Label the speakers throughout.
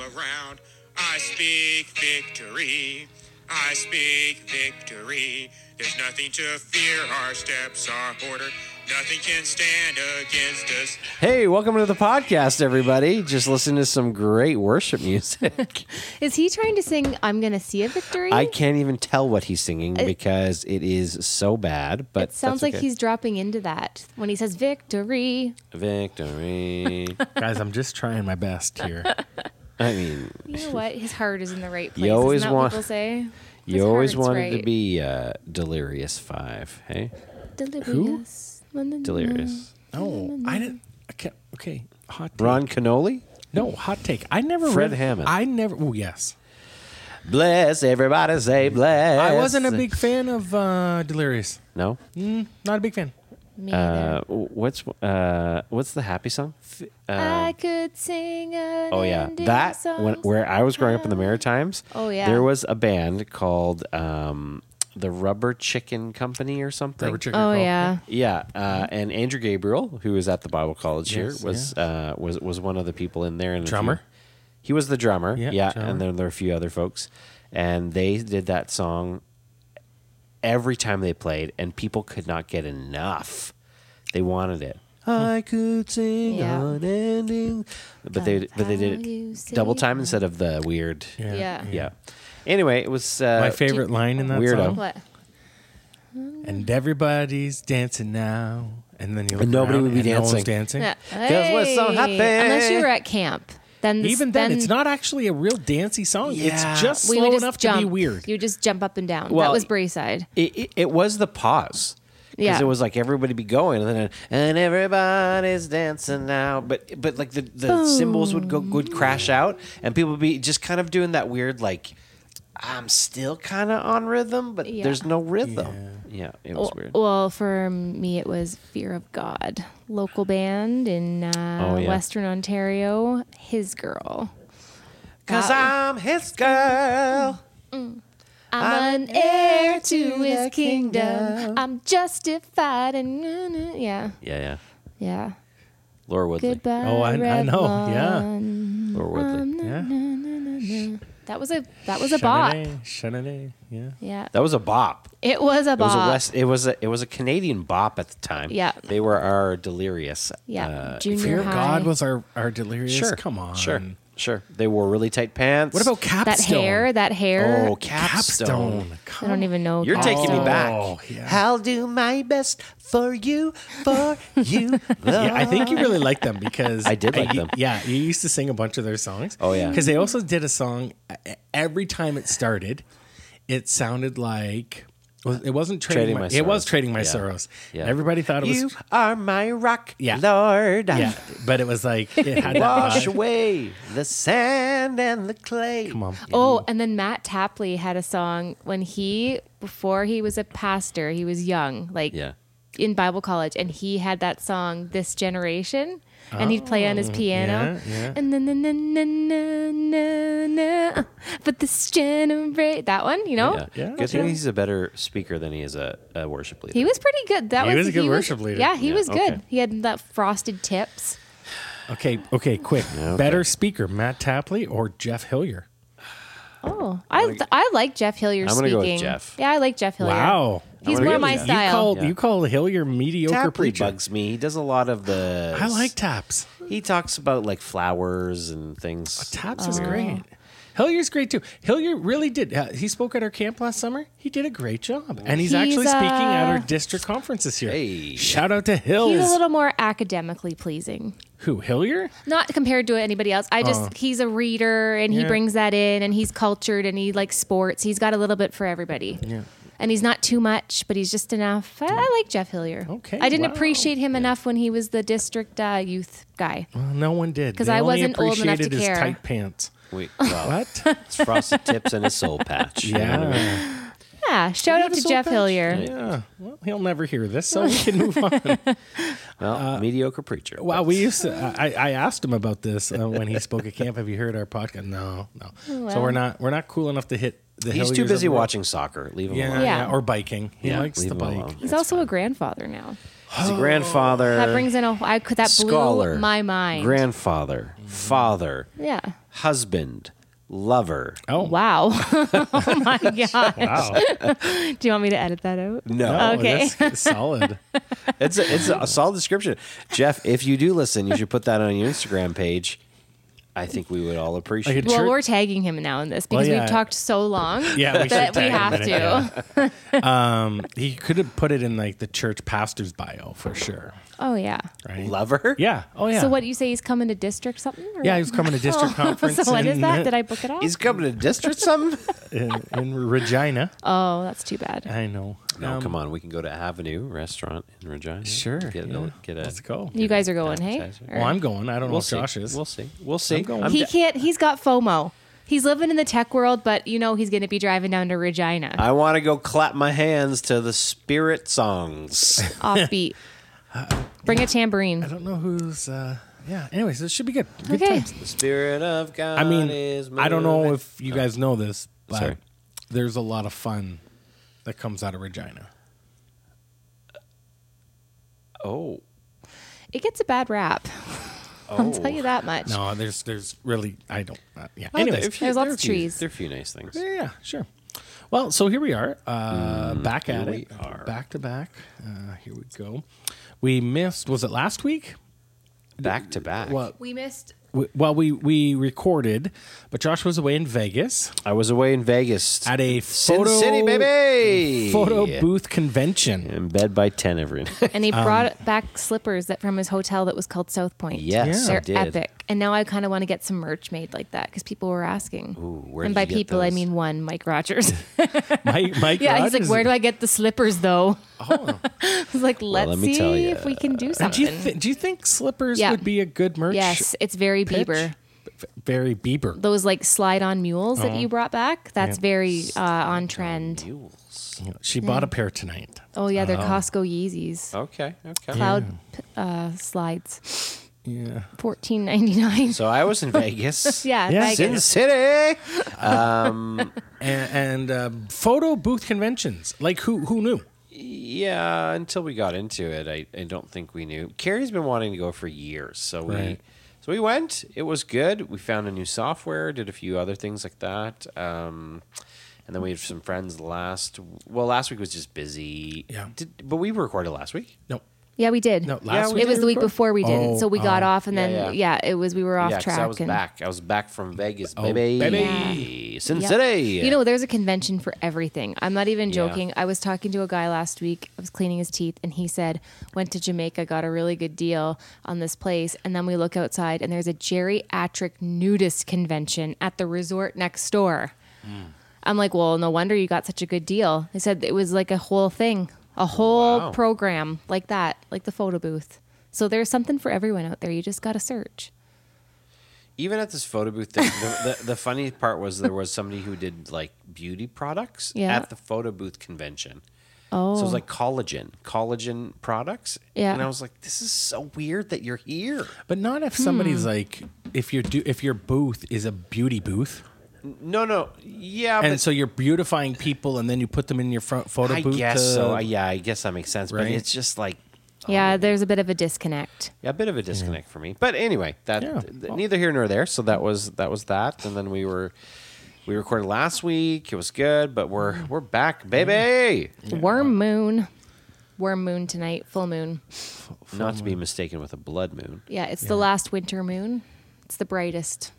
Speaker 1: around. I speak victory. I speak victory. There's nothing to fear. Our steps are ordered. Nothing can stand against us.
Speaker 2: Hey, welcome to the podcast, everybody. Just listen to some great worship music.
Speaker 3: Is he trying to sing I'm gonna see a victory?
Speaker 2: I can't even tell what he's singing because it is so bad. But
Speaker 3: it sounds
Speaker 2: that's
Speaker 3: like
Speaker 2: okay.
Speaker 3: he's dropping into that when he says victory.
Speaker 2: victory.
Speaker 4: Guys, I'm just trying my best here.
Speaker 2: I mean,
Speaker 3: You know what? His heart is in the right place.
Speaker 2: You always
Speaker 3: Isn't that
Speaker 2: want-
Speaker 3: what people say?
Speaker 2: you
Speaker 3: His
Speaker 2: always
Speaker 3: heart's
Speaker 2: wanted to
Speaker 3: right. Mm.
Speaker 2: be uh, delirious five. Hey,
Speaker 3: delirious.
Speaker 2: delirious.
Speaker 4: No, I didn't. I can't, okay, hot take.
Speaker 2: Ron Canoli.
Speaker 4: No, hot take. I never
Speaker 2: Fred
Speaker 4: read,
Speaker 2: Hammond.
Speaker 4: I never. Oh yes,
Speaker 2: Bless everybody. Say bless.
Speaker 4: I wasn't a big fan of uh, Delirious.
Speaker 2: no.
Speaker 4: Not a big fan.
Speaker 3: Me
Speaker 2: Uh,
Speaker 3: either.
Speaker 2: what's uh, what's the happy song?
Speaker 3: I could sing an
Speaker 2: Uh, Oh yeah,
Speaker 3: ending
Speaker 2: that
Speaker 3: song
Speaker 2: when where I was growing up in the Maritimes.
Speaker 3: Oh, yeah.
Speaker 2: there was a band called um, the Rubber Chicken Company or something.
Speaker 4: Rubber Chicken
Speaker 3: Oh
Speaker 4: Cult.
Speaker 3: yeah.
Speaker 2: Yeah, uh, and Andrew Gabriel, who was at the Bible College
Speaker 4: Yes,
Speaker 2: here, was uh, was was one of the people in there. And a few-
Speaker 4: Drummer?
Speaker 2: he was the drummer.
Speaker 4: Yeah,
Speaker 2: Yeah,
Speaker 4: drummer.
Speaker 2: and then there were a few other folks, and they did that song every time they played, and people could not get enough. They wanted it. I could sing
Speaker 3: Yeah.
Speaker 2: unending, but they but they did
Speaker 3: You
Speaker 2: it double
Speaker 3: sing
Speaker 2: time instead of the weird. Yeah.
Speaker 3: Yeah.
Speaker 2: Anyway, it was uh,
Speaker 4: My favorite line in that
Speaker 2: Weirdo.
Speaker 4: song.
Speaker 3: What?
Speaker 4: And everybody's dancing now. And then you look
Speaker 2: And nobody
Speaker 4: around
Speaker 2: would be
Speaker 4: and no one's
Speaker 2: dancing.
Speaker 4: dancing.
Speaker 3: Yeah.
Speaker 2: we're so happy.
Speaker 3: Unless you were at camp. Then this,
Speaker 4: Even then, it's not actually a real dancey song.
Speaker 2: Yeah.
Speaker 4: It's just
Speaker 3: we
Speaker 4: slow
Speaker 3: would just
Speaker 4: enough
Speaker 3: jump.
Speaker 4: to be weird.
Speaker 3: You would just jump up and down.
Speaker 2: Well,
Speaker 3: that was Brayside.
Speaker 2: it, it, it was the pause because
Speaker 3: Yeah.
Speaker 2: it was like everybody be going and then and everybody's dancing now but but like the, the cymbals would go would crash out and people would be just kind of doing that weird like i'm still kind of on rhythm but
Speaker 3: Yeah. Oh,
Speaker 2: there's no rhythm yeah, it was weird
Speaker 3: Well, for me, it was Fear of God, local band in uh,
Speaker 2: Oh, yeah.
Speaker 3: Western Ontario. His girl.
Speaker 2: because i'm his girl
Speaker 3: I'm an heir to his kingdom. I'm justified and yeah,
Speaker 2: yeah yeah
Speaker 3: yeah.
Speaker 2: laura woodley
Speaker 3: Goodbye.
Speaker 4: Oh, I- I
Speaker 3: Red
Speaker 4: know,
Speaker 3: Lawn.
Speaker 2: laura woodley
Speaker 4: yeah.
Speaker 3: That was a that was a bop.
Speaker 4: Shanane, shanane, Yeah.
Speaker 3: Yeah,
Speaker 2: that was a bop
Speaker 3: it was a
Speaker 2: It was
Speaker 3: bop.
Speaker 2: a West. It was a it was a Canadian bop at the time.
Speaker 3: Yeah.
Speaker 2: they were our delirious.
Speaker 3: yeah,
Speaker 2: uh,
Speaker 3: junior
Speaker 4: Fear of
Speaker 3: high.
Speaker 4: God was our, our delirious.
Speaker 2: Sure.
Speaker 4: Come on.
Speaker 2: Sure. Sure. They wore really tight pants.
Speaker 4: What about Capstone?
Speaker 3: that hair. That hair.
Speaker 2: Oh, capstone.
Speaker 4: Capstone.
Speaker 3: I don't even know.
Speaker 2: You're taking me
Speaker 3: Capstone.
Speaker 2: back.
Speaker 4: Oh, yeah.
Speaker 2: I'll do my best for you, for you.
Speaker 4: Yeah, I think you really like them because
Speaker 2: I did like
Speaker 4: you-
Speaker 2: them.
Speaker 4: Yeah, you used to sing a bunch of their songs.
Speaker 2: Oh, yeah.
Speaker 4: because they also did a song. e- Every time it started, it sounded like well, it wasn't trading.
Speaker 2: Trading
Speaker 4: my,
Speaker 2: My
Speaker 4: it was
Speaker 2: Sorrows.
Speaker 4: trading my
Speaker 2: Yeah.
Speaker 4: sorrows.
Speaker 2: Yeah.
Speaker 4: Everybody thought it was.
Speaker 2: You are my rock,
Speaker 4: Yeah.
Speaker 2: Lord.
Speaker 4: yeah, but it was like it had that
Speaker 2: Wash
Speaker 4: vibe.
Speaker 2: away the sand and the clay.
Speaker 4: Come on.
Speaker 3: Oh, and then Matt Tapley had a song when he before he was a pastor, he was young, like
Speaker 2: Yeah.
Speaker 3: in Bible college, and he had that song "This Generation," and he'd play on
Speaker 2: Oh,
Speaker 3: his piano.
Speaker 4: yeah, yeah.
Speaker 3: And then, na na na na na na, uh, but this generation, that one, you know,
Speaker 2: Yeah.
Speaker 4: Yeah.
Speaker 2: Good thing he's a better speaker than he is a, a worship leader.
Speaker 3: he was pretty good. That
Speaker 4: He was a good
Speaker 3: he
Speaker 4: worship leader.
Speaker 3: Yeah, he
Speaker 2: Yeah,
Speaker 3: was good.
Speaker 2: okay.
Speaker 3: He had that frosted tips.
Speaker 4: Okay, okay, quick. Better speaker, Matt Tapley or Jeff Hillier?
Speaker 3: Oh, I I like Jeff Hillier
Speaker 2: I'm gonna
Speaker 3: speaking.
Speaker 2: go with Jeff.
Speaker 3: Yeah, I like Jeff Hillier.
Speaker 4: Wow.
Speaker 3: he's
Speaker 2: I'm gonna
Speaker 3: more
Speaker 2: go
Speaker 3: my
Speaker 2: with Jeff.
Speaker 4: You
Speaker 3: style.
Speaker 4: call
Speaker 2: Yeah.
Speaker 4: you call Hillier mediocre
Speaker 2: Tapley
Speaker 4: preacher.
Speaker 2: bugs me. He does a lot of the.
Speaker 4: I like Taps.
Speaker 2: He talks about like flowers and things.
Speaker 4: Taps is great. Hillier's great too. Hillier really did. Uh, he spoke at our camp last summer. He did a great job, and he's,
Speaker 3: He's,
Speaker 4: actually speaking at our
Speaker 3: uh,
Speaker 4: district conference this year.
Speaker 2: Hey.
Speaker 4: Shout out to
Speaker 3: He's
Speaker 4: Hills.
Speaker 3: a little more academically pleasing.
Speaker 4: Who Hillier?
Speaker 3: Not compared to anybody else. I just he's a reader and he
Speaker 4: Oh. Yeah.
Speaker 3: brings that in and he's cultured and he likes sports. He's got a little bit for everybody. Yeah. And he's not too much, but he's just enough. I, I like Jeff Hillier.
Speaker 4: Okay,
Speaker 3: I didn't
Speaker 4: wow.
Speaker 3: appreciate him enough when he was the district uh, youth guy.
Speaker 4: Well, no one did
Speaker 3: 'Cause
Speaker 4: They
Speaker 3: I
Speaker 4: only
Speaker 3: wasn't old enough
Speaker 4: appreciated
Speaker 3: to
Speaker 4: his
Speaker 3: care.
Speaker 4: Tight pants.
Speaker 2: Wait, well,
Speaker 4: What?
Speaker 2: It's frosted tips and a soul patch. You know what I mean?
Speaker 4: yeah.
Speaker 3: Yeah. Shout out to Jeff Hillier.
Speaker 4: Yeah. Well, he'll never hear this, so we can move on.
Speaker 2: Well, mediocre preacher.
Speaker 4: Well, we used to. I, I asked him about this uh, when he spoke at camp. Have you heard our podcast? No, no. So
Speaker 3: Well.
Speaker 4: we're not we're not cool enough to hit the.
Speaker 2: He's too
Speaker 4: Hilliers
Speaker 2: busy
Speaker 4: of the world.
Speaker 2: watching soccer. Leave him
Speaker 4: Yeah,
Speaker 2: alone.
Speaker 3: Yeah.
Speaker 4: yeah, or biking. He
Speaker 2: Yeah,
Speaker 4: likes
Speaker 2: leave
Speaker 4: the
Speaker 2: him
Speaker 4: bike.
Speaker 2: alone.
Speaker 3: He's also a grandfather now.
Speaker 2: He's a grandfather.
Speaker 4: Uh,
Speaker 3: That brings in a I could that
Speaker 2: scholar.
Speaker 3: blew my mind.
Speaker 2: Grandfather. father,
Speaker 3: Yeah.
Speaker 2: husband, lover.
Speaker 4: Oh,
Speaker 3: Wow. oh my god.
Speaker 4: Wow.
Speaker 3: Do you want me to edit that out?
Speaker 2: No,
Speaker 4: Oh,
Speaker 3: Okay.
Speaker 4: that's solid.
Speaker 2: it's a, it's a solid description. Jeff, if you do listen, you should put that on your Instagram page. I think we would all appreciate. it.
Speaker 3: Well,
Speaker 4: Sure.
Speaker 3: we're tagging him now in this because
Speaker 4: yeah.
Speaker 3: we've talked so long
Speaker 4: Yeah, we
Speaker 3: that
Speaker 4: should
Speaker 3: we
Speaker 4: tag him
Speaker 3: have
Speaker 4: in it,
Speaker 3: to.
Speaker 4: yeah. Um, he could have put it in like the church pastor's bio for sure,
Speaker 3: Oh yeah.
Speaker 4: right?
Speaker 2: Lover.
Speaker 4: Yeah. Oh yeah.
Speaker 3: So what do you say? He's coming to district something? Or
Speaker 4: Yeah, he was coming to district conference.
Speaker 3: So when
Speaker 4: in,
Speaker 3: is that? Did I book it off?
Speaker 2: He's coming to district something.
Speaker 4: in, in Regina?
Speaker 3: oh, that's too bad.
Speaker 4: I know. Um,
Speaker 2: No, come on. We can go to Avenue Restaurant in Regina.
Speaker 4: Sure.
Speaker 2: Get,
Speaker 4: yeah.
Speaker 2: a, get a.
Speaker 4: Let's go.
Speaker 3: You guys are going, hey?
Speaker 2: Appetizer.
Speaker 3: Or-
Speaker 4: Well, I'm going. I don't know
Speaker 2: We'll
Speaker 4: if
Speaker 2: see.
Speaker 4: Josh is.
Speaker 2: We'll see. We'll see.
Speaker 4: I'm going.
Speaker 2: I'm
Speaker 3: he
Speaker 2: d-
Speaker 3: can't. He's got FOMO. He's living in the tech world, but you know he's going to be driving down to Regina.
Speaker 2: I want to go clap my hands to the spirit songs.
Speaker 3: offbeat. Bring a tambourine.
Speaker 4: I don't know who's. Uh, yeah. Anyways, this should be good. Good
Speaker 3: Okay.
Speaker 4: times.
Speaker 2: the spirit of God
Speaker 4: I mean,
Speaker 2: is
Speaker 4: I don't know
Speaker 2: moving.
Speaker 4: if you guys know this, but
Speaker 2: Sorry.
Speaker 4: there's a lot of fun that comes out of Regina.
Speaker 2: Oh.
Speaker 3: It gets a bad rap. I'll tell you that much.
Speaker 4: No, there's there's really I don't. Uh, yeah.
Speaker 2: Oh,
Speaker 4: Anyways,
Speaker 2: there- a few-
Speaker 3: There's lots
Speaker 2: there are
Speaker 3: of
Speaker 2: a few-
Speaker 3: trees.
Speaker 2: There are a few nice things.
Speaker 4: Yeah, yeah, sure. Well, so here we are, uh, back at
Speaker 2: Mm, we
Speaker 4: it,
Speaker 2: are.
Speaker 4: back to back. Uh, here we go. We missed. Was it last week?
Speaker 2: Back to back.
Speaker 4: Well,
Speaker 3: We missed.
Speaker 4: we, well, we we recorded, but Josh was away in Vegas
Speaker 2: I was away in Vegas
Speaker 4: at a
Speaker 2: Sin
Speaker 4: photo
Speaker 2: City, baby.
Speaker 4: photo booth convention.
Speaker 2: In bed by ten every night.
Speaker 3: And he
Speaker 4: Um,
Speaker 3: brought back slippers that from his hotel that was called South Point.
Speaker 2: Yes, I
Speaker 4: Yeah.
Speaker 3: They're
Speaker 2: did.
Speaker 3: epic. And now I kind of want to get some merch made like that because people were asking.
Speaker 2: where did
Speaker 3: and by
Speaker 2: you get
Speaker 3: people, I
Speaker 2: those?
Speaker 3: mean one, Mike Rogers.
Speaker 4: Mike, Mike
Speaker 3: yeah, he's
Speaker 4: Rogers-
Speaker 3: like, where do I get the slippers though?
Speaker 4: Oh.
Speaker 3: I was like, let's
Speaker 2: let me tell
Speaker 3: see
Speaker 2: ya.
Speaker 3: if we can do
Speaker 4: Do
Speaker 3: something.
Speaker 4: you thi- do you think slippers
Speaker 3: Yeah.
Speaker 4: would be a good merch?
Speaker 3: yes, it's very
Speaker 4: pitch?
Speaker 3: Bieber.
Speaker 4: V- Very Bieber.
Speaker 3: Those like slide on mules
Speaker 2: Oh.
Speaker 3: that you brought back, that's very uh, on trend.
Speaker 2: Mules.
Speaker 4: She bought a
Speaker 3: Mm.
Speaker 4: pair tonight.
Speaker 3: Oh yeah, they're Costco Yeezys.
Speaker 2: Okay. Okay.
Speaker 3: Cloud p uh, slides,
Speaker 4: Yeah.
Speaker 3: fourteen ninety nine.
Speaker 2: So I was in Vegas.
Speaker 3: Yeah,
Speaker 4: Yeah.
Speaker 3: Vegas.
Speaker 2: Sin City.
Speaker 4: and, and uh, photo booth conventions. Like who who knew?
Speaker 2: Yeah, until we got into it, I, I don't think we knew. Carrie's been wanting to go for years, so we
Speaker 4: Right.
Speaker 2: so we went. It was good. We found a new software, did a few other things like that, um, and then we had some friends last. Well, last week was just busy.
Speaker 4: Yeah.
Speaker 2: Did, but we recorded last week.
Speaker 4: No.
Speaker 3: Yeah, we did.
Speaker 4: No, last
Speaker 2: we
Speaker 4: week
Speaker 3: it was
Speaker 4: did
Speaker 3: the week
Speaker 4: record?
Speaker 3: before we didn't.
Speaker 4: Oh,
Speaker 3: so we got
Speaker 4: oh.
Speaker 3: off, and then
Speaker 2: Yeah,
Speaker 3: yeah,
Speaker 2: yeah.
Speaker 3: it was we were off
Speaker 2: yeah, 'cause
Speaker 3: track.
Speaker 2: I was
Speaker 3: and,
Speaker 2: back. I was back from Vegas, baby.
Speaker 4: Oh, baby.
Speaker 2: Sin
Speaker 3: yeah.
Speaker 2: City.
Speaker 3: You know, there's a convention for everything. I'm not even
Speaker 2: Yeah.
Speaker 3: joking. I was talking to a guy last week. I was cleaning his teeth, and he said went to Jamaica, got a really good deal on this place, and then we look outside, and there's a geriatric nudist convention at the resort next door.
Speaker 2: Hmm.
Speaker 3: I'm like, well, no wonder you got such a good deal. They said it was like a whole thing, a whole
Speaker 2: Wow.
Speaker 3: program like that, like the photo booth. So there's something for everyone out there. You just got to search.
Speaker 2: even at this photo booth thing, the, the, the funny part was there was somebody who did like beauty products
Speaker 3: Yeah.
Speaker 2: at the photo booth convention.
Speaker 3: Oh,
Speaker 2: So it was like collagen, collagen products.
Speaker 3: Yeah.
Speaker 2: And I was like, this is so weird that you're here.
Speaker 4: But not if somebody's
Speaker 2: Hmm.
Speaker 4: like if your do if your booth is a beauty booth.
Speaker 2: No, no. Yeah.
Speaker 4: And
Speaker 2: but
Speaker 4: so you're beautifying people and then you put them in your front photo
Speaker 2: I
Speaker 4: booth.
Speaker 2: guess
Speaker 4: to-
Speaker 2: so. I- uh, Yeah, I guess that makes sense. But
Speaker 4: Right?
Speaker 2: it's just like Oh.
Speaker 3: yeah, there's a bit of a disconnect.
Speaker 2: a bit of a disconnect for me. But anyway, that
Speaker 4: Yeah,
Speaker 2: th-
Speaker 4: well-
Speaker 2: neither here nor there. So that was that was that. And then we were we recorded last week. It was good, but we're
Speaker 3: Mm.
Speaker 2: we're back, baby.
Speaker 3: Worm moon. Worm moon tonight, full moon.
Speaker 2: Not to be mistaken with a blood moon.
Speaker 3: Yeah, it's the last winter moon. It's the brightest.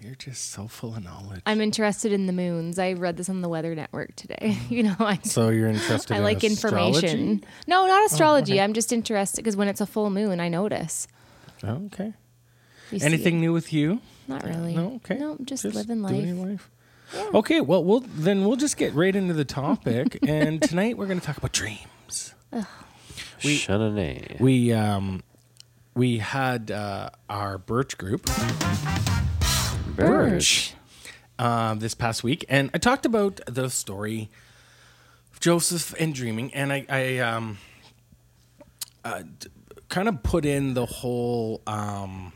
Speaker 4: You're just so full of knowledge.
Speaker 3: I'm interested in the moons. I read this on the Weather Network today. You know, I
Speaker 4: so you're interested
Speaker 3: I
Speaker 4: in
Speaker 3: like
Speaker 4: astrology?
Speaker 3: information. No,
Speaker 2: Oh,
Speaker 3: not astrology. I'm just interested because when it's a full moon, I notice.
Speaker 4: Oh, okay.
Speaker 3: You see
Speaker 4: Anything
Speaker 3: it.
Speaker 4: new with you?
Speaker 3: Not really.
Speaker 4: No, okay.
Speaker 3: No, just, living
Speaker 4: doing your
Speaker 3: life.
Speaker 4: Okay, well, we'll then we'll just get right into the topic, and tonight we're going to talk about dreams.
Speaker 2: We,
Speaker 4: We um, we had uh, our Birch group Birch. um, this past week, and I talked about the story of Joseph and dreaming, and I, I um, uh, d- kind of put in the whole um,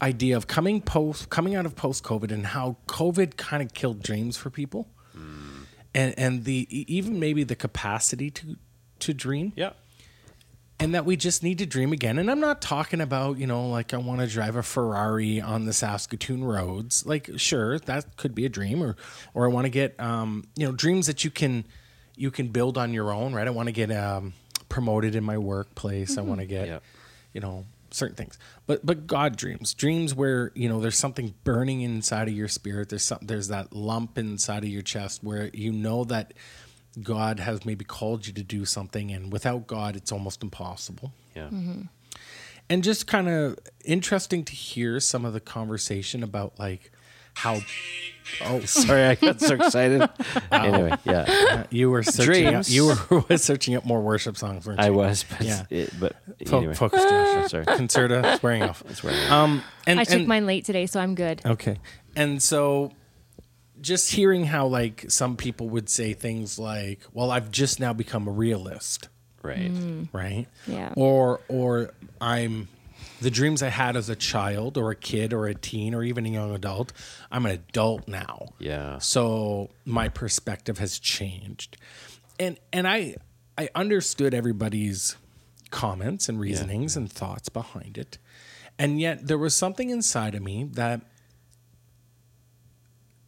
Speaker 4: idea of coming post, coming out of post COVID, and how COVID kind of killed dreams for people, and and the e- even maybe the capacity to to dream.
Speaker 2: Yeah.
Speaker 4: and that we just need to dream again. And I'm not talking about, you know, like I want to drive a Ferrari on the Saskatoon roads. Like, sure, that could be a dream, or or I want to get, um, you know, dreams that you can you can build on your own, right? I want to get um, promoted in my workplace. I want to get,
Speaker 2: Yeah.
Speaker 4: you know, certain things. But but God dreams, dreams where you know there's something burning inside of your spirit. There's some there's that lump inside of your chest where you know that God has maybe called you to do something, and without God, it's almost impossible.
Speaker 2: Yeah.
Speaker 4: Mm-hmm. And just kind of interesting to hear some of the conversation about like how. Oh, sorry.
Speaker 2: Sorry, I got so excited. Anyway, yeah,
Speaker 4: You were searching. Up,
Speaker 2: Dreams.
Speaker 4: you were searching up more worship songs. Weren't you?
Speaker 2: I was, but
Speaker 4: Yeah.
Speaker 2: it, but
Speaker 4: Fo-
Speaker 2: anyway,
Speaker 4: Focus, Josh.
Speaker 2: sorry.
Speaker 4: Concerta swearing off.
Speaker 2: That's where I am.
Speaker 4: Um, and,
Speaker 3: I took
Speaker 4: and-
Speaker 3: mine late today, so I'm good.
Speaker 4: Okay. And so just hearing how like some people would say things like, "Well, I've just now become a realist,"
Speaker 2: right.
Speaker 4: right?
Speaker 3: Yeah.
Speaker 4: Or or I'm the dreams I had as a child or a kid or a teen or even a young adult, I'm an adult now.
Speaker 2: Yeah.
Speaker 4: So my perspective has changed. And and I I understood everybody's comments and reasonings and thoughts behind it. And yet there was something inside of me that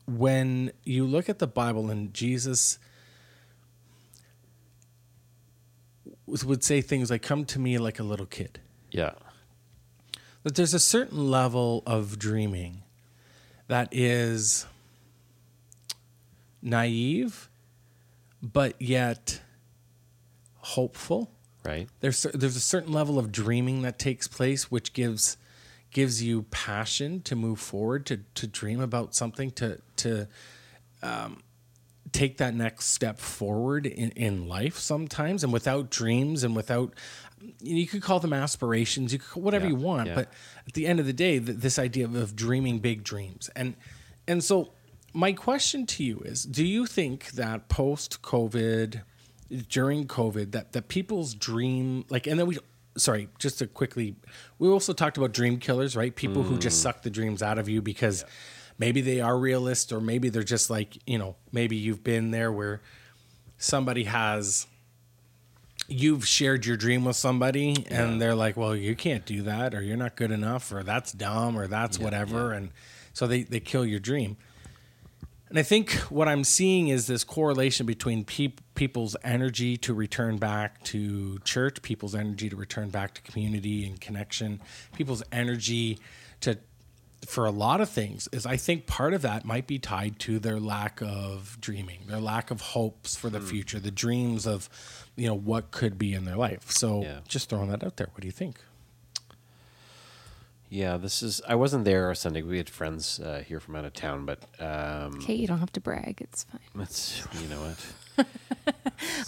Speaker 4: when you look at the Bible and Jesus would say things like come to me like a little kid
Speaker 2: Yeah.
Speaker 4: that there's a certain level of dreaming that is naive but yet hopeful
Speaker 2: Right.
Speaker 4: there's cer- there's a certain level of dreaming that takes place which gives gives you passion to move forward to to dream about something to to um, take that next step forward in, in life sometimes and without dreams and without you could call them aspirations you could call whatever
Speaker 2: Yeah,
Speaker 4: you want
Speaker 2: yeah.
Speaker 4: but at the end of the day th- this idea of, of dreaming big dreams and and so my question to you is do you think that post covid during covid that that people's dream like and then we sorry just to quickly we also talked about dream killers right people who just suck the dreams out of you because maybe they are realists or maybe they're just like you know maybe you've been there where somebody has you've shared your dream with somebody and they're like well you can't do that or you're not good enough or that's dumb or that's whatever and so they, they kill your dream and i think what i'm seeing is this correlation between peop people's energy to return back to church people's energy to return back to community and connection people's energy to for a lot of things is i think part of that might be tied to their lack of dreaming their lack of hopes for the
Speaker 2: Hmm.
Speaker 4: future the dreams of you know what could be in their life so
Speaker 2: Yeah.
Speaker 4: just throwing that out there what do you think
Speaker 2: Yeah. This is. I wasn't there Sunday. We had friends uh, here from out of town, but um,
Speaker 3: Okay, you don't have to brag. It's fine.
Speaker 2: that's you know what.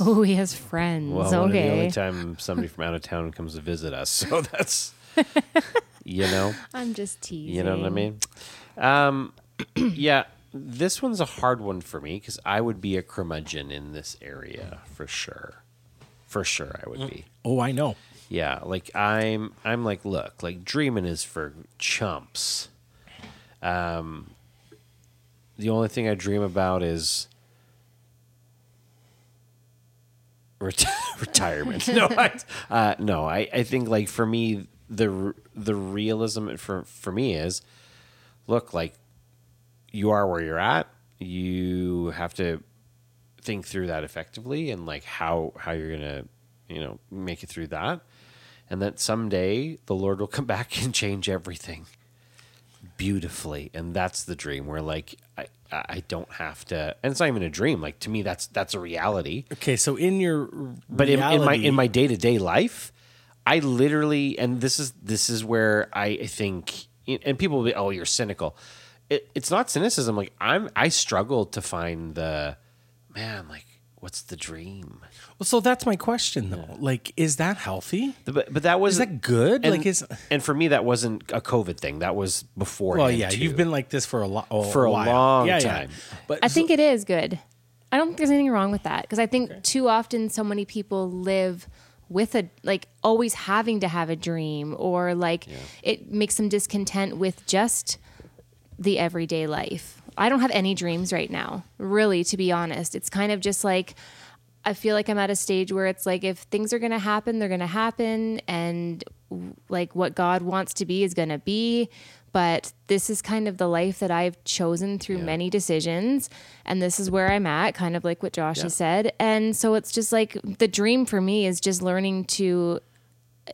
Speaker 3: Oh, he has friends.
Speaker 2: Well, one of the only
Speaker 3: okay.
Speaker 2: time somebody from out of town comes to visit us, so that's you know.
Speaker 3: I'm just teasing.
Speaker 2: You know what I mean? Um, yeah, this one's a hard one for me because I would be a curmudgeon in this area for sure. For sure, I would be.
Speaker 4: oh i know
Speaker 2: Yeah, like I'm. I'm like, look, like dreaming is for chumps. Um, the only thing I dream about is. Reti- retirement. No, I, uh, no. I, I think like for me, the r- the realism for for me is, look, like you are where you're at. You have to think through that effectively and like how how you're gonna you know make it through that, and that someday the Lord will come back and change everything beautifully and that's the dream where like I, I don't have to and it's not even a dream like to me that's that's a reality
Speaker 4: okay so in your
Speaker 2: but in, in my
Speaker 4: reality-
Speaker 2: in my day to day life, I literally and this is this is where I think and people will be oh you're cynical. It, it's not cynicism. Like I'm I struggle to find the man like what's the dream.
Speaker 4: Well, so that's my question though. Like, is that healthy?
Speaker 2: The- But, but that was
Speaker 4: Is that good?
Speaker 2: And,
Speaker 4: like, is
Speaker 2: and for me that wasn't a COVID thing. That was before.
Speaker 4: well, yeah, you've been like this for a lot
Speaker 2: For a long time.
Speaker 4: But
Speaker 3: I think it is good. I don't think there's anything wrong with that because I think too often so many people live with a like always having to have a dream or like it makes them discontent with just the everyday life. I don't have any dreams right now, really, to be honest. It's kind of just like I feel like I'm at a stage where it's like if things are going to happen, they're going to happen and w- like what God wants to be is going to be. But this is kind of the life that I've chosen through many decisions. And this is where I'm at, kind of like what Josh has said. And so it's just like the dream for me is just learning to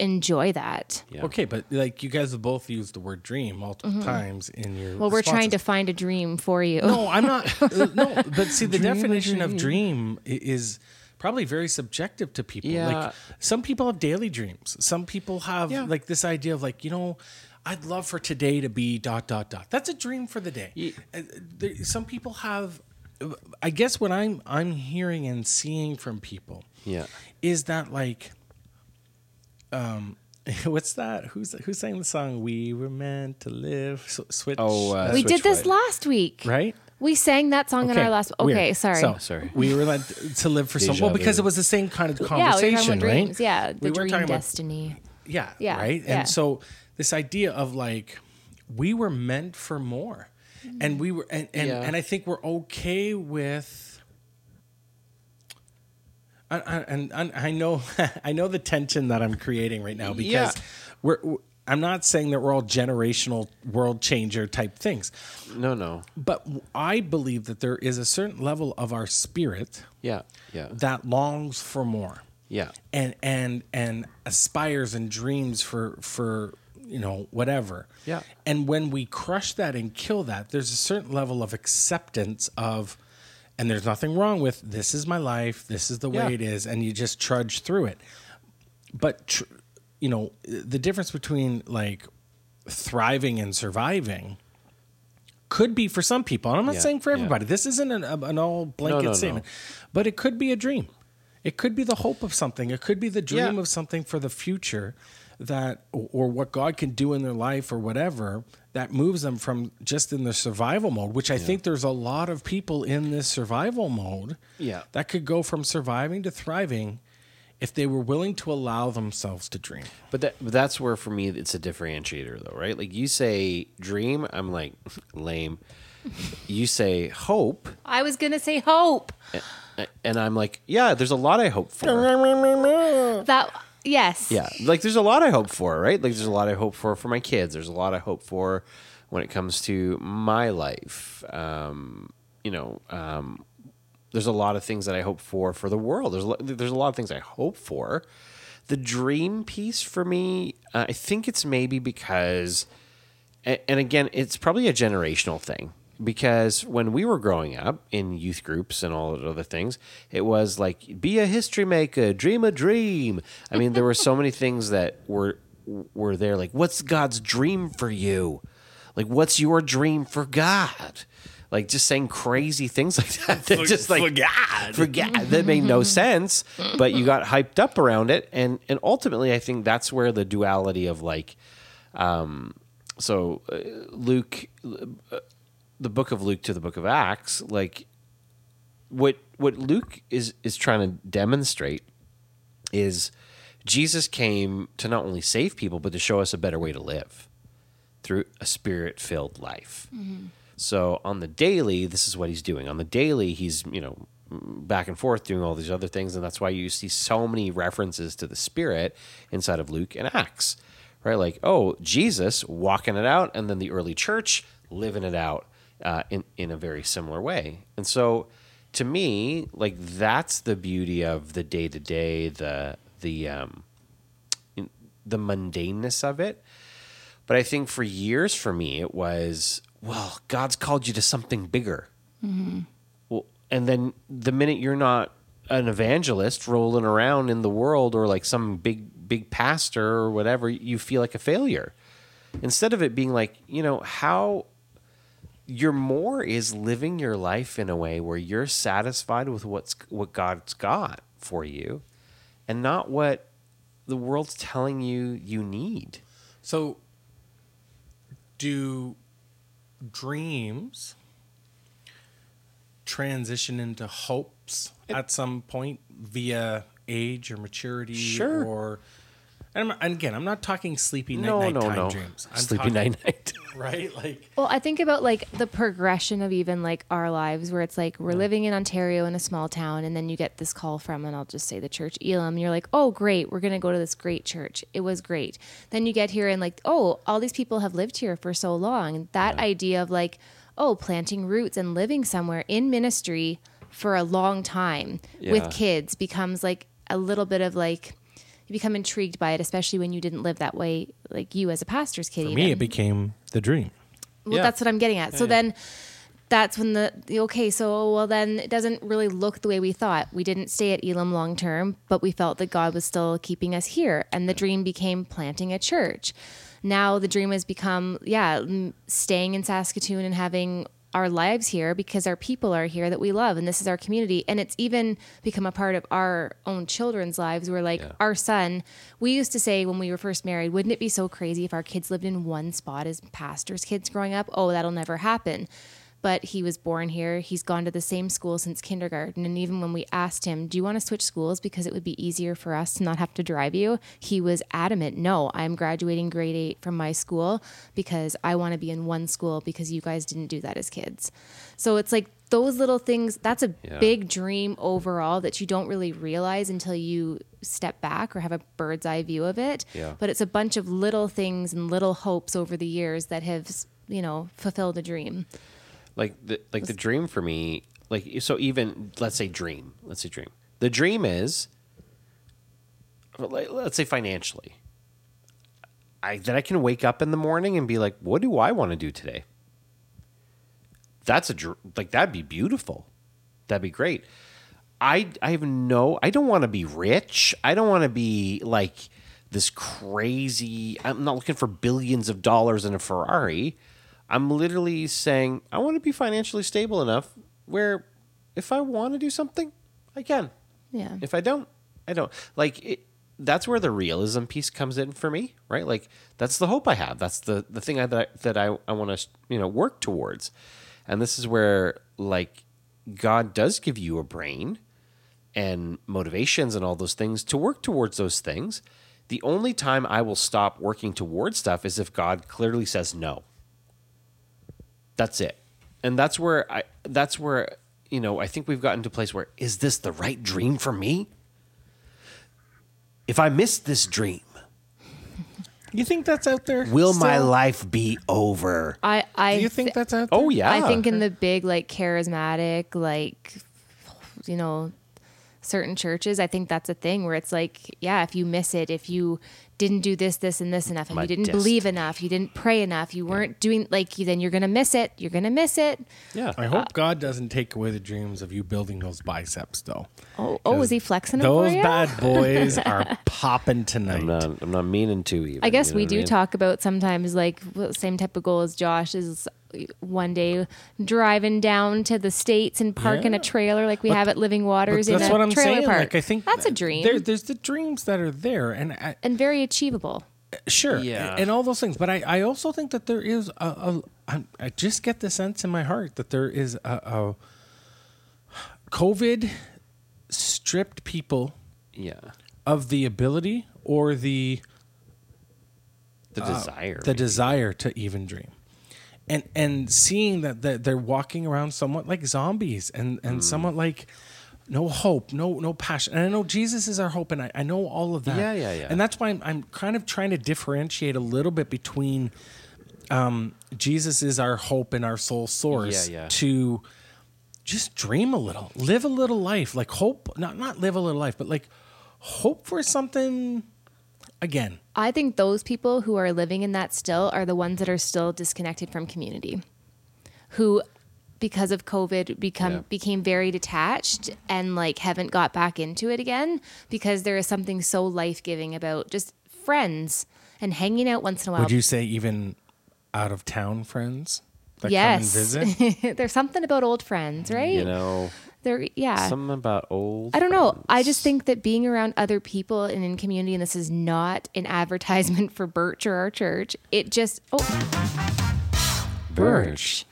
Speaker 3: enjoy that.
Speaker 2: Yeah.
Speaker 4: Okay, but like you guys have both used the word dream multiple times in your.
Speaker 3: Mm-hmm. Well, we're trying to
Speaker 4: responses.
Speaker 3: find a dream for you.
Speaker 4: No, I'm not. uh, no, but see, the definition of dream i- is probably very subjective to people.
Speaker 2: Yeah.
Speaker 4: Like some people have daily dreams. Some people have
Speaker 2: Yeah.
Speaker 4: like this idea of like you know. I'd love for today to be dot dot dot. That's a dream for the day. Uh, there, some people have. I guess what I'm I'm hearing and seeing from people
Speaker 2: Yeah.
Speaker 4: is that like um what's that who's who sang the song we were meant to live S- switch
Speaker 2: Oh, uh,
Speaker 3: we
Speaker 2: Switch
Speaker 3: did this
Speaker 2: right.
Speaker 3: last week.
Speaker 4: right
Speaker 3: We sang that song in our last. Okay,
Speaker 4: weird.
Speaker 3: sorry.
Speaker 4: So,
Speaker 2: Sorry.
Speaker 4: we were meant to live for some
Speaker 2: Deja
Speaker 4: well because
Speaker 2: vu.
Speaker 4: it was the same kind of
Speaker 3: yeah, we
Speaker 4: conversation
Speaker 3: were talking about
Speaker 4: right
Speaker 3: dreams. Yeah, the
Speaker 4: We weren't
Speaker 3: dream
Speaker 4: talking about-
Speaker 3: destiny.
Speaker 4: yeah,
Speaker 3: Yeah,
Speaker 4: right
Speaker 3: yeah.
Speaker 4: and so this idea of like we were meant for more and we were and and,
Speaker 2: Yeah.
Speaker 4: and i think we're okay with I- I- and and I know I know the tension that I'm creating right now because
Speaker 2: Yeah.
Speaker 4: we're I'm not saying that we're all generational world changer type things,
Speaker 2: No, no.
Speaker 4: but I believe that there is a certain level of our spirit
Speaker 2: Yeah. Yeah.
Speaker 4: that longs for more
Speaker 2: Yeah.
Speaker 4: and and and aspires and dreams for for you know whatever
Speaker 2: Yeah.
Speaker 4: and when we crush that and kill that there's a certain level of acceptance of and there's nothing wrong with this is my life this is the way
Speaker 2: Yeah.
Speaker 4: it is and you just trudge through it but tr- you know the difference between like thriving and surviving could be for some people and i'm not
Speaker 2: Yeah,
Speaker 4: saying for
Speaker 2: yeah.
Speaker 4: everybody this isn't an, an all blanket
Speaker 2: no, no.
Speaker 4: statement but it could be a dream it could be the hope of something it could be the dream
Speaker 2: Yeah.
Speaker 4: of something for the future that or or what god can do in their life or whatever that moves them from just in the survival mode which i think there's a lot of people in this survival mode
Speaker 2: Yeah.
Speaker 4: that could go from surviving to thriving if they were willing to allow themselves to dream
Speaker 2: But that but that's where for me it's a differentiator though, right? Like you say dream, I'm like lame. You say hope,
Speaker 3: I was gonna say hope.
Speaker 2: a- and I'm like, yeah, there's a lot I hope for.
Speaker 3: That yes.
Speaker 2: Yeah, like there's a lot I hope for, right? Like there's a lot I hope for for my kids. There's a lot I hope for when it comes to my life. Um, you know, um, there's a lot of things that I hope for for the world. There's a lo- there's a lot of things I hope for. The dream piece for me, uh, I think it's maybe because, a- and again, it's probably a generational thing because when we were growing up in youth groups and all those other things, it was like be a history maker, dream a dream. I mean, there were so many things that were were there like what's God's dream for you? Like what's your dream for God? Like just saying crazy things like that. that just like
Speaker 4: God.
Speaker 2: forget that made no sense but you got hyped up around it and and ultimately i think that's where the duality of like um so uh, luke uh, the book of luke to the book of acts like what what luke is is trying to demonstrate is jesus came to not only save people but to show us a better way to live through a spirit filled life. So on the daily, this is what he's doing. On the daily, he's, you know, back and forth doing all these other things. And that's why you see so many references to the spirit inside of Luke and Acts, right? Like, oh, Jesus walking it out, and then the early church living it out uh, in, in a very similar way. And so to me, like, that's the beauty of the day to day, the, the, um, in- the mundaneness of it. But I think for years for me, it was, well, God's called you to something bigger. Well, and then the minute you're not an evangelist rolling around in the world or like some big, big pastor or whatever, you feel like a failure. Instead of it being like, you know, how your more is living your life in a way where you're satisfied with what's what God's got for you and not what the world's telling you you need.
Speaker 4: So, do dreams transition into hopes at some point via age or maturity
Speaker 2: Sure.
Speaker 4: or And, I'm, and again, I'm not talking sleepy night
Speaker 2: No,
Speaker 4: night
Speaker 2: no,
Speaker 4: time
Speaker 2: no.
Speaker 4: dreams. I'm
Speaker 2: Sleepy
Speaker 4: talking-
Speaker 2: night night.
Speaker 4: right? Like
Speaker 3: Well, I think about like the progression of even like our lives where it's like we're living in Ontario in a small town and then you get this call from and I'll just say the church Elam and you're like, "Oh, great. We're going to go to this great church. It was great." Then you get here and like, "Oh, all these people have lived here for so long." And that idea of like, "Oh, planting roots and living somewhere in ministry for a long time
Speaker 2: Yeah.
Speaker 3: with kids becomes like a little bit of like you become intrigued by it, especially when you didn't live that way, like you as a pastor's kid.
Speaker 4: for
Speaker 3: even.
Speaker 4: me, it became the dream.
Speaker 3: Well,
Speaker 2: Yeah.
Speaker 3: that's what I'm getting at. so
Speaker 2: yeah.
Speaker 3: then that's when the, the- okay, so oh, well then it doesn't really look the way we thought. We didn't stay at Elam long term, but we felt that God was still keeping us here and the dream became planting a church. Now the dream has become yeah, m- staying in Saskatoon and having our lives here because our people are here that we love and this is our community and it's even become a part of our own children's lives where like
Speaker 2: Yeah.
Speaker 3: our son we used to say when we were first married wouldn't it be so crazy if our kids lived in one spot as pastors kids growing up oh that'll never happen but he was born here he's gone to the same school since kindergarten and even when we asked him do you want to switch schools because it would be easier for us to not have to drive you he was adamant no i'm graduating grade 8 from my school because i want to be in one school because you guys didn't do that as kids so it's like those little things that's a
Speaker 2: Yeah.
Speaker 3: big dream overall that you don't really realize until you step back or have a bird's eye view of it
Speaker 2: Yeah.
Speaker 3: but it's a bunch of little things and little hopes over the years that have you know fulfilled a dream
Speaker 2: like the like the dream for me like so even let's say dream let's say dream the dream is well, like, let's say financially i that i can wake up in the morning and be like what do i want to do today that's a dr- like that'd be beautiful that'd be great i i have no i don't want to be rich i don't want to be like this crazy i'm not looking for billions of dollars in a ferrari i'm literally saying i want to be financially stable enough where if i want to do something i can
Speaker 3: yeah
Speaker 2: if I don't, I don't. Like it, that's where the realism piece comes in for me, right? Like that's the hope I have. That's the the thing I that I, that I, I want to you know work towards, and this is where like God does give you a brain and motivations and all those things to work towards those things. The only time I will stop working towards stuff is if God clearly says no that's it and that's where i that's where you know i think we've gotten to a place where is this the right dream for me if i miss this dream
Speaker 4: You think that's out there?
Speaker 2: will my
Speaker 4: still?
Speaker 2: life be over
Speaker 3: i i
Speaker 4: Do you think
Speaker 3: thi-
Speaker 4: that's out? There?
Speaker 2: oh yeah
Speaker 3: i think in the big like charismatic like you know certain churches i think that's a thing where it's like yeah if you miss it if you didn't do this this and this enough if
Speaker 2: My
Speaker 3: you didn't
Speaker 2: destiny.
Speaker 3: believe enough you didn't pray enough you weren't doing like you then you're gonna miss it you're gonna miss it
Speaker 2: yeah
Speaker 4: I hope God doesn't take away the dreams of you building those biceps, though.
Speaker 3: oh oh is he flexing it
Speaker 4: Those
Speaker 3: for you?
Speaker 4: bad boys are popping tonight.
Speaker 2: i'm not i'm not meaning to even
Speaker 3: I guess
Speaker 2: you know
Speaker 3: we
Speaker 2: what
Speaker 3: do
Speaker 2: mean?
Speaker 3: talk about sometimes like well, same type of goal as Josh is one day driving down to the states and parking
Speaker 4: Yeah.
Speaker 3: a trailer like we
Speaker 4: But-
Speaker 3: have at Living Waters
Speaker 4: But
Speaker 3: in
Speaker 4: that's
Speaker 3: a
Speaker 4: what I'm
Speaker 3: trailer
Speaker 4: saying.
Speaker 3: park.
Speaker 4: Like I think
Speaker 3: that's a dream
Speaker 4: There, there's the dreams that are there, and I,
Speaker 3: and very achievable.
Speaker 4: sure,
Speaker 2: Yeah.
Speaker 4: and, and all those things. But I, I also think that there is a, a I'm, I just get the sense in my heart that there is a, a COVID stripped people
Speaker 2: yeah
Speaker 4: of the ability or the
Speaker 2: the desire
Speaker 4: Uh, the desire to even dream and and seeing that that they're walking around somewhat like zombies and and
Speaker 2: Mm.
Speaker 4: somewhat like no hope no no passion and i know jesus is our hope and i, I know all of that
Speaker 2: Yeah, yeah, yeah.
Speaker 4: and that's why I'm, I'm kind of trying to differentiate a little bit between um jesus is our hope and our sole source
Speaker 2: Yeah, yeah.
Speaker 4: to just dream a little live a little life like hope not not live a little life but like hope for something again
Speaker 3: I think those people who are living in that still are the ones that are still disconnected from community, who because of COVID become
Speaker 2: Yeah.
Speaker 3: became very detached and like haven't got back into it again because there is something so life giving about just friends and hanging out once in a while.
Speaker 4: Would you say even out of town friends that
Speaker 3: Yes.
Speaker 4: come and visit?
Speaker 3: There's something about old friends, right?
Speaker 2: you know
Speaker 3: there, yeah.
Speaker 2: something about old
Speaker 3: I don't know. I
Speaker 2: friends.
Speaker 3: just think that being around other people and in community, and this is not an advertisement for Birch or our church. It just oh.
Speaker 2: birch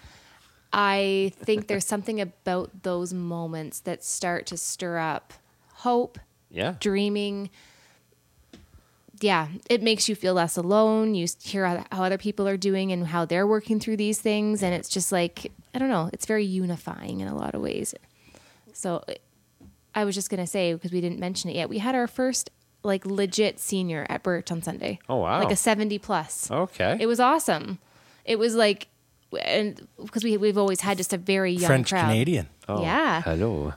Speaker 3: I think there's something about those moments that start to stir up hope,
Speaker 2: yeah
Speaker 3: dreaming, yeah, it makes you feel less alone. You s- hear how how other people are doing and how they're working through these things. And it's just like, I don't know, it's very unifying in a lot of ways. So I was just going to say, because we didn't mention it yet, we had our first like legit senior at Birch on Sunday.
Speaker 2: Oh, wow.
Speaker 3: Like a 70 plus.
Speaker 2: Okay.
Speaker 3: It was awesome. It was like, and because we, we've always had just a very young
Speaker 4: French
Speaker 3: crowd
Speaker 4: Canadian.
Speaker 2: Oh,
Speaker 3: yeah.
Speaker 2: Hello.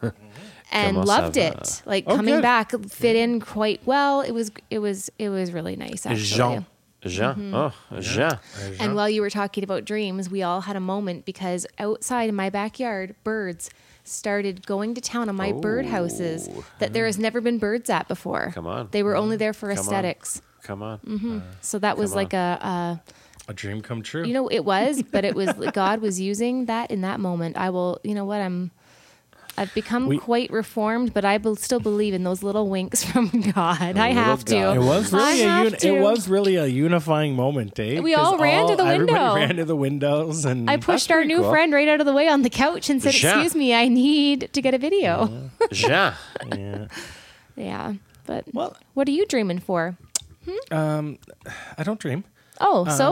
Speaker 3: and
Speaker 2: Comment
Speaker 3: loved
Speaker 2: ça va?
Speaker 3: it. Like
Speaker 2: Oh,
Speaker 3: coming
Speaker 2: good.
Speaker 3: back fit in quite well. It was it was it was really nice actually.
Speaker 4: Jean.
Speaker 2: Jean.
Speaker 3: Mm-hmm.
Speaker 2: Oh, Jean.
Speaker 3: And while you were talking about dreams, we all had a moment because outside in my backyard, birds started going to town on my bird houses that there has never been birds at before.
Speaker 2: Oh. Come on.
Speaker 3: They were only there for
Speaker 2: Come on.
Speaker 3: aesthetics.
Speaker 2: Come on.
Speaker 3: Mm-hmm. So that was
Speaker 2: Come
Speaker 3: like a,
Speaker 4: A dream come true.
Speaker 3: a you know it was, but it was God was using that in that moment. I will, you know what I'm I've become
Speaker 4: We-
Speaker 3: quite reformed, but I bel still believe in those little winks from God. I
Speaker 2: Little
Speaker 3: have
Speaker 2: God.
Speaker 3: to.
Speaker 4: it was really
Speaker 3: I
Speaker 4: a
Speaker 3: have
Speaker 4: uni-
Speaker 3: to.
Speaker 4: it was really a unifying moment, eh?
Speaker 3: We all
Speaker 4: 'Cause
Speaker 3: ran to the window.
Speaker 4: Everybody ran to the windows, and
Speaker 3: I pushed our
Speaker 2: pretty
Speaker 3: new
Speaker 2: cool.
Speaker 3: friend right out of the way on the couch and said,
Speaker 2: Yeah.
Speaker 3: "Excuse me, I need to get a video."
Speaker 2: Jean.
Speaker 4: Yeah.
Speaker 3: Yeah, but
Speaker 4: Well-
Speaker 3: what are you dreaming for?
Speaker 4: I don't dream.
Speaker 3: Oh,
Speaker 4: Um,
Speaker 3: so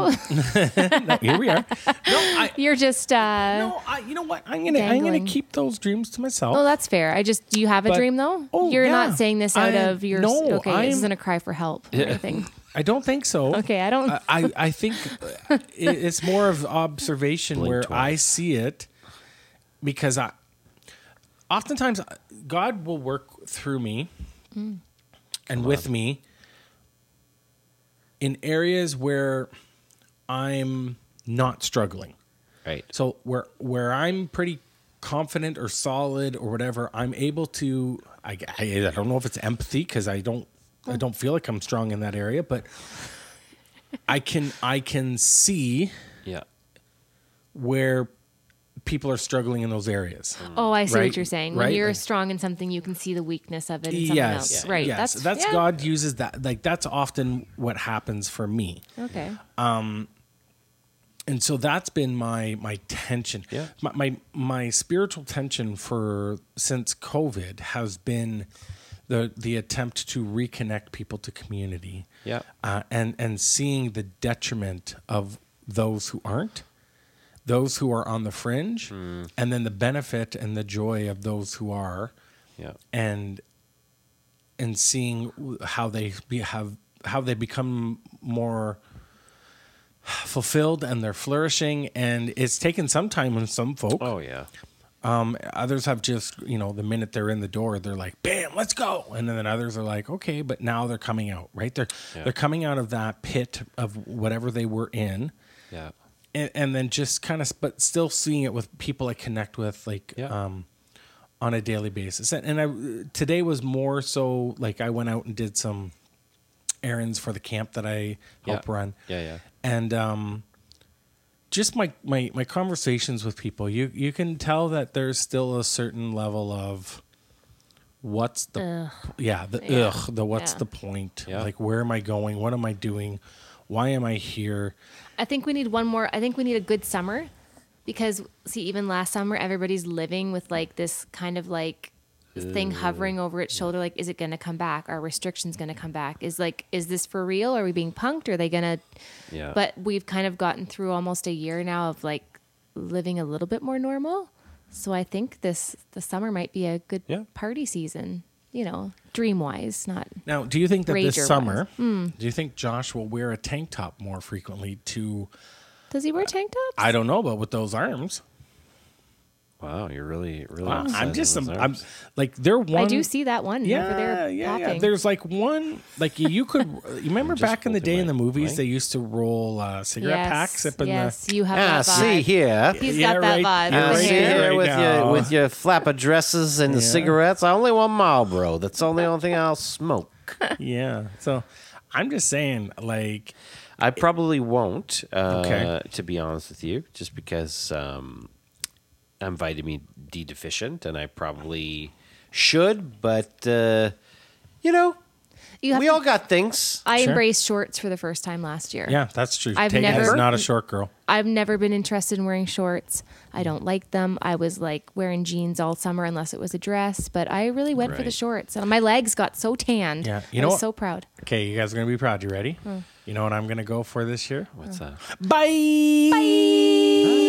Speaker 4: No, here we are. No, I,
Speaker 3: you're just. Uh,
Speaker 4: no, I, you know what? I'm gonna I'm
Speaker 3: Dangling.
Speaker 4: gonna keep those dreams to myself.
Speaker 3: Oh, that's fair. I just. Do you have a
Speaker 4: But-
Speaker 3: dream though?
Speaker 4: Oh,
Speaker 3: you're
Speaker 4: yeah.
Speaker 3: not saying this out
Speaker 4: I-
Speaker 3: of your.
Speaker 4: no,
Speaker 3: okay, this
Speaker 4: I'm-
Speaker 3: isn't a cry for help or anything.
Speaker 4: I don't think so.
Speaker 3: Okay, I don't-
Speaker 4: I I, I think uh, it, it's more of observation
Speaker 2: Blink
Speaker 4: where I
Speaker 2: twice.
Speaker 4: see it because I oftentimes uh, God will work through me
Speaker 2: Mm.
Speaker 4: and with me in areas where I'm not struggling.
Speaker 2: Right.
Speaker 4: So where where I'm pretty confident or solid or whatever, I'm able to. I I, I don't know if it's empathy because I don't I don't feel like I'm strong in that area, but I can I can see
Speaker 2: Yeah.
Speaker 4: where people are struggling in those areas.
Speaker 3: Oh, I see
Speaker 4: Right,
Speaker 3: what you're saying. When
Speaker 4: right,
Speaker 3: you're
Speaker 4: like-
Speaker 3: strong in something, you can see the weakness of it. In something
Speaker 4: Yes,
Speaker 3: else. right.
Speaker 4: Yes,
Speaker 3: That's
Speaker 4: that's,
Speaker 3: yeah.
Speaker 4: God uses that. Like that's often what happens for me.
Speaker 3: Okay.
Speaker 4: and so that's been my my tension
Speaker 2: Yeah.
Speaker 4: my, my my spiritual tension for since covid has been the the attempt to reconnect people to community
Speaker 2: Yeah.
Speaker 4: uh, and and seeing the detriment of those who aren't those who are on the fringe
Speaker 2: Mm.
Speaker 4: and then the benefit and the joy of those who are
Speaker 2: Yeah.
Speaker 4: and and seeing how they be, have how they become more fulfilled and they're flourishing and it's taken some time on some folk
Speaker 2: Oh, yeah.
Speaker 4: um, others have just you know the minute they're in the door they're like bam let's go and then, then others are like okay but now they're coming out right they're
Speaker 2: Yeah.
Speaker 4: they're coming out of that pit of whatever they were in
Speaker 2: Yeah.
Speaker 4: and, and then just kind of but still seeing it with people I connect with like
Speaker 2: Yeah.
Speaker 4: um on a daily basis and, and I today was more so like I went out and did some errands for the camp that I help
Speaker 2: Yeah.
Speaker 4: run
Speaker 2: Yeah, yeah.
Speaker 4: and um just my, my my conversations with people you you can tell that there's still a certain level of what's the yeah the
Speaker 3: Yeah.
Speaker 4: ugh the what's
Speaker 3: Yeah.
Speaker 4: the point
Speaker 2: Yeah.
Speaker 4: like where am I going what am I doing why am I here
Speaker 3: I think we need one more. I think we need a good summer because see, even last summer, everybody's living with like this kind of like thing hovering over its shoulder. Like, is it going to come back? Are restrictions going to come back? Is like, is this for real? Are we being punked? Are they going to?
Speaker 2: Yeah.
Speaker 3: But we've kind of gotten through almost a year now of like living a little bit more normal. So I think this the summer might be a good
Speaker 2: Yeah.
Speaker 3: party season. You know, dream wise, not
Speaker 4: Now, do you think that
Speaker 3: Rager-wise.
Speaker 4: this summer,
Speaker 3: Hmm.
Speaker 4: do you think Josh will wear a tank top more frequently to,
Speaker 3: does he wear tank tops?
Speaker 4: Uh, I don't know, but with those arms?
Speaker 2: Wow. You're really, really.
Speaker 4: I'm
Speaker 2: emphasizing
Speaker 4: just,
Speaker 2: those
Speaker 4: some, I'm
Speaker 2: arms.
Speaker 4: like, there one.
Speaker 3: I do see that one
Speaker 4: Yeah,
Speaker 3: over there
Speaker 4: yeah, yeah.
Speaker 3: popping.
Speaker 4: There's like one, like you could. You remember
Speaker 2: just
Speaker 4: back in the
Speaker 2: holding
Speaker 4: day in
Speaker 2: my
Speaker 4: the movies,
Speaker 2: mic.
Speaker 4: they used to roll uh, cigarette packs up in
Speaker 3: yes,
Speaker 4: the.
Speaker 3: you have
Speaker 2: Ah,
Speaker 3: that vibe.
Speaker 2: see here.
Speaker 3: He's
Speaker 4: Yeah,
Speaker 3: got that vibe.
Speaker 4: right- yeah,
Speaker 2: Ah,
Speaker 3: with
Speaker 4: right
Speaker 3: the
Speaker 2: see
Speaker 3: hair.
Speaker 4: there.
Speaker 2: here
Speaker 4: right
Speaker 2: with
Speaker 4: now.
Speaker 2: your with your flapper dresses and the
Speaker 4: Yeah.
Speaker 2: cigarettes. I only want Marlboro. That's the only only thing I'll smoke.
Speaker 4: Yeah. So I'm just saying, like,
Speaker 2: I probably won't. Uh,
Speaker 4: Okay.
Speaker 2: To be honest with you, just because um, I'm vitamin D deficient, and I probably should, but uh, you know,
Speaker 3: You have
Speaker 2: we
Speaker 3: to-
Speaker 2: all got things.
Speaker 3: I
Speaker 4: Sure.
Speaker 3: embraced shorts for the first time last year.
Speaker 4: Yeah, that's true.
Speaker 3: I've
Speaker 4: Tegan
Speaker 3: never-
Speaker 4: is not a short girl.
Speaker 3: I've never been interested in wearing shorts.
Speaker 4: Hmm.
Speaker 3: I don't like them. I was like wearing jeans all summer unless it was a dress, but I really went for the
Speaker 2: Right.
Speaker 3: shorts. And my legs got so tanned.
Speaker 4: Yeah, you
Speaker 3: I
Speaker 4: know
Speaker 3: was
Speaker 4: what?
Speaker 3: so proud.
Speaker 4: Okay, you guys are gonna be
Speaker 3: Hmm.
Speaker 4: proud. You ready? You know what I'm gonna go for this year?
Speaker 2: What's that?
Speaker 4: Bye. Bye.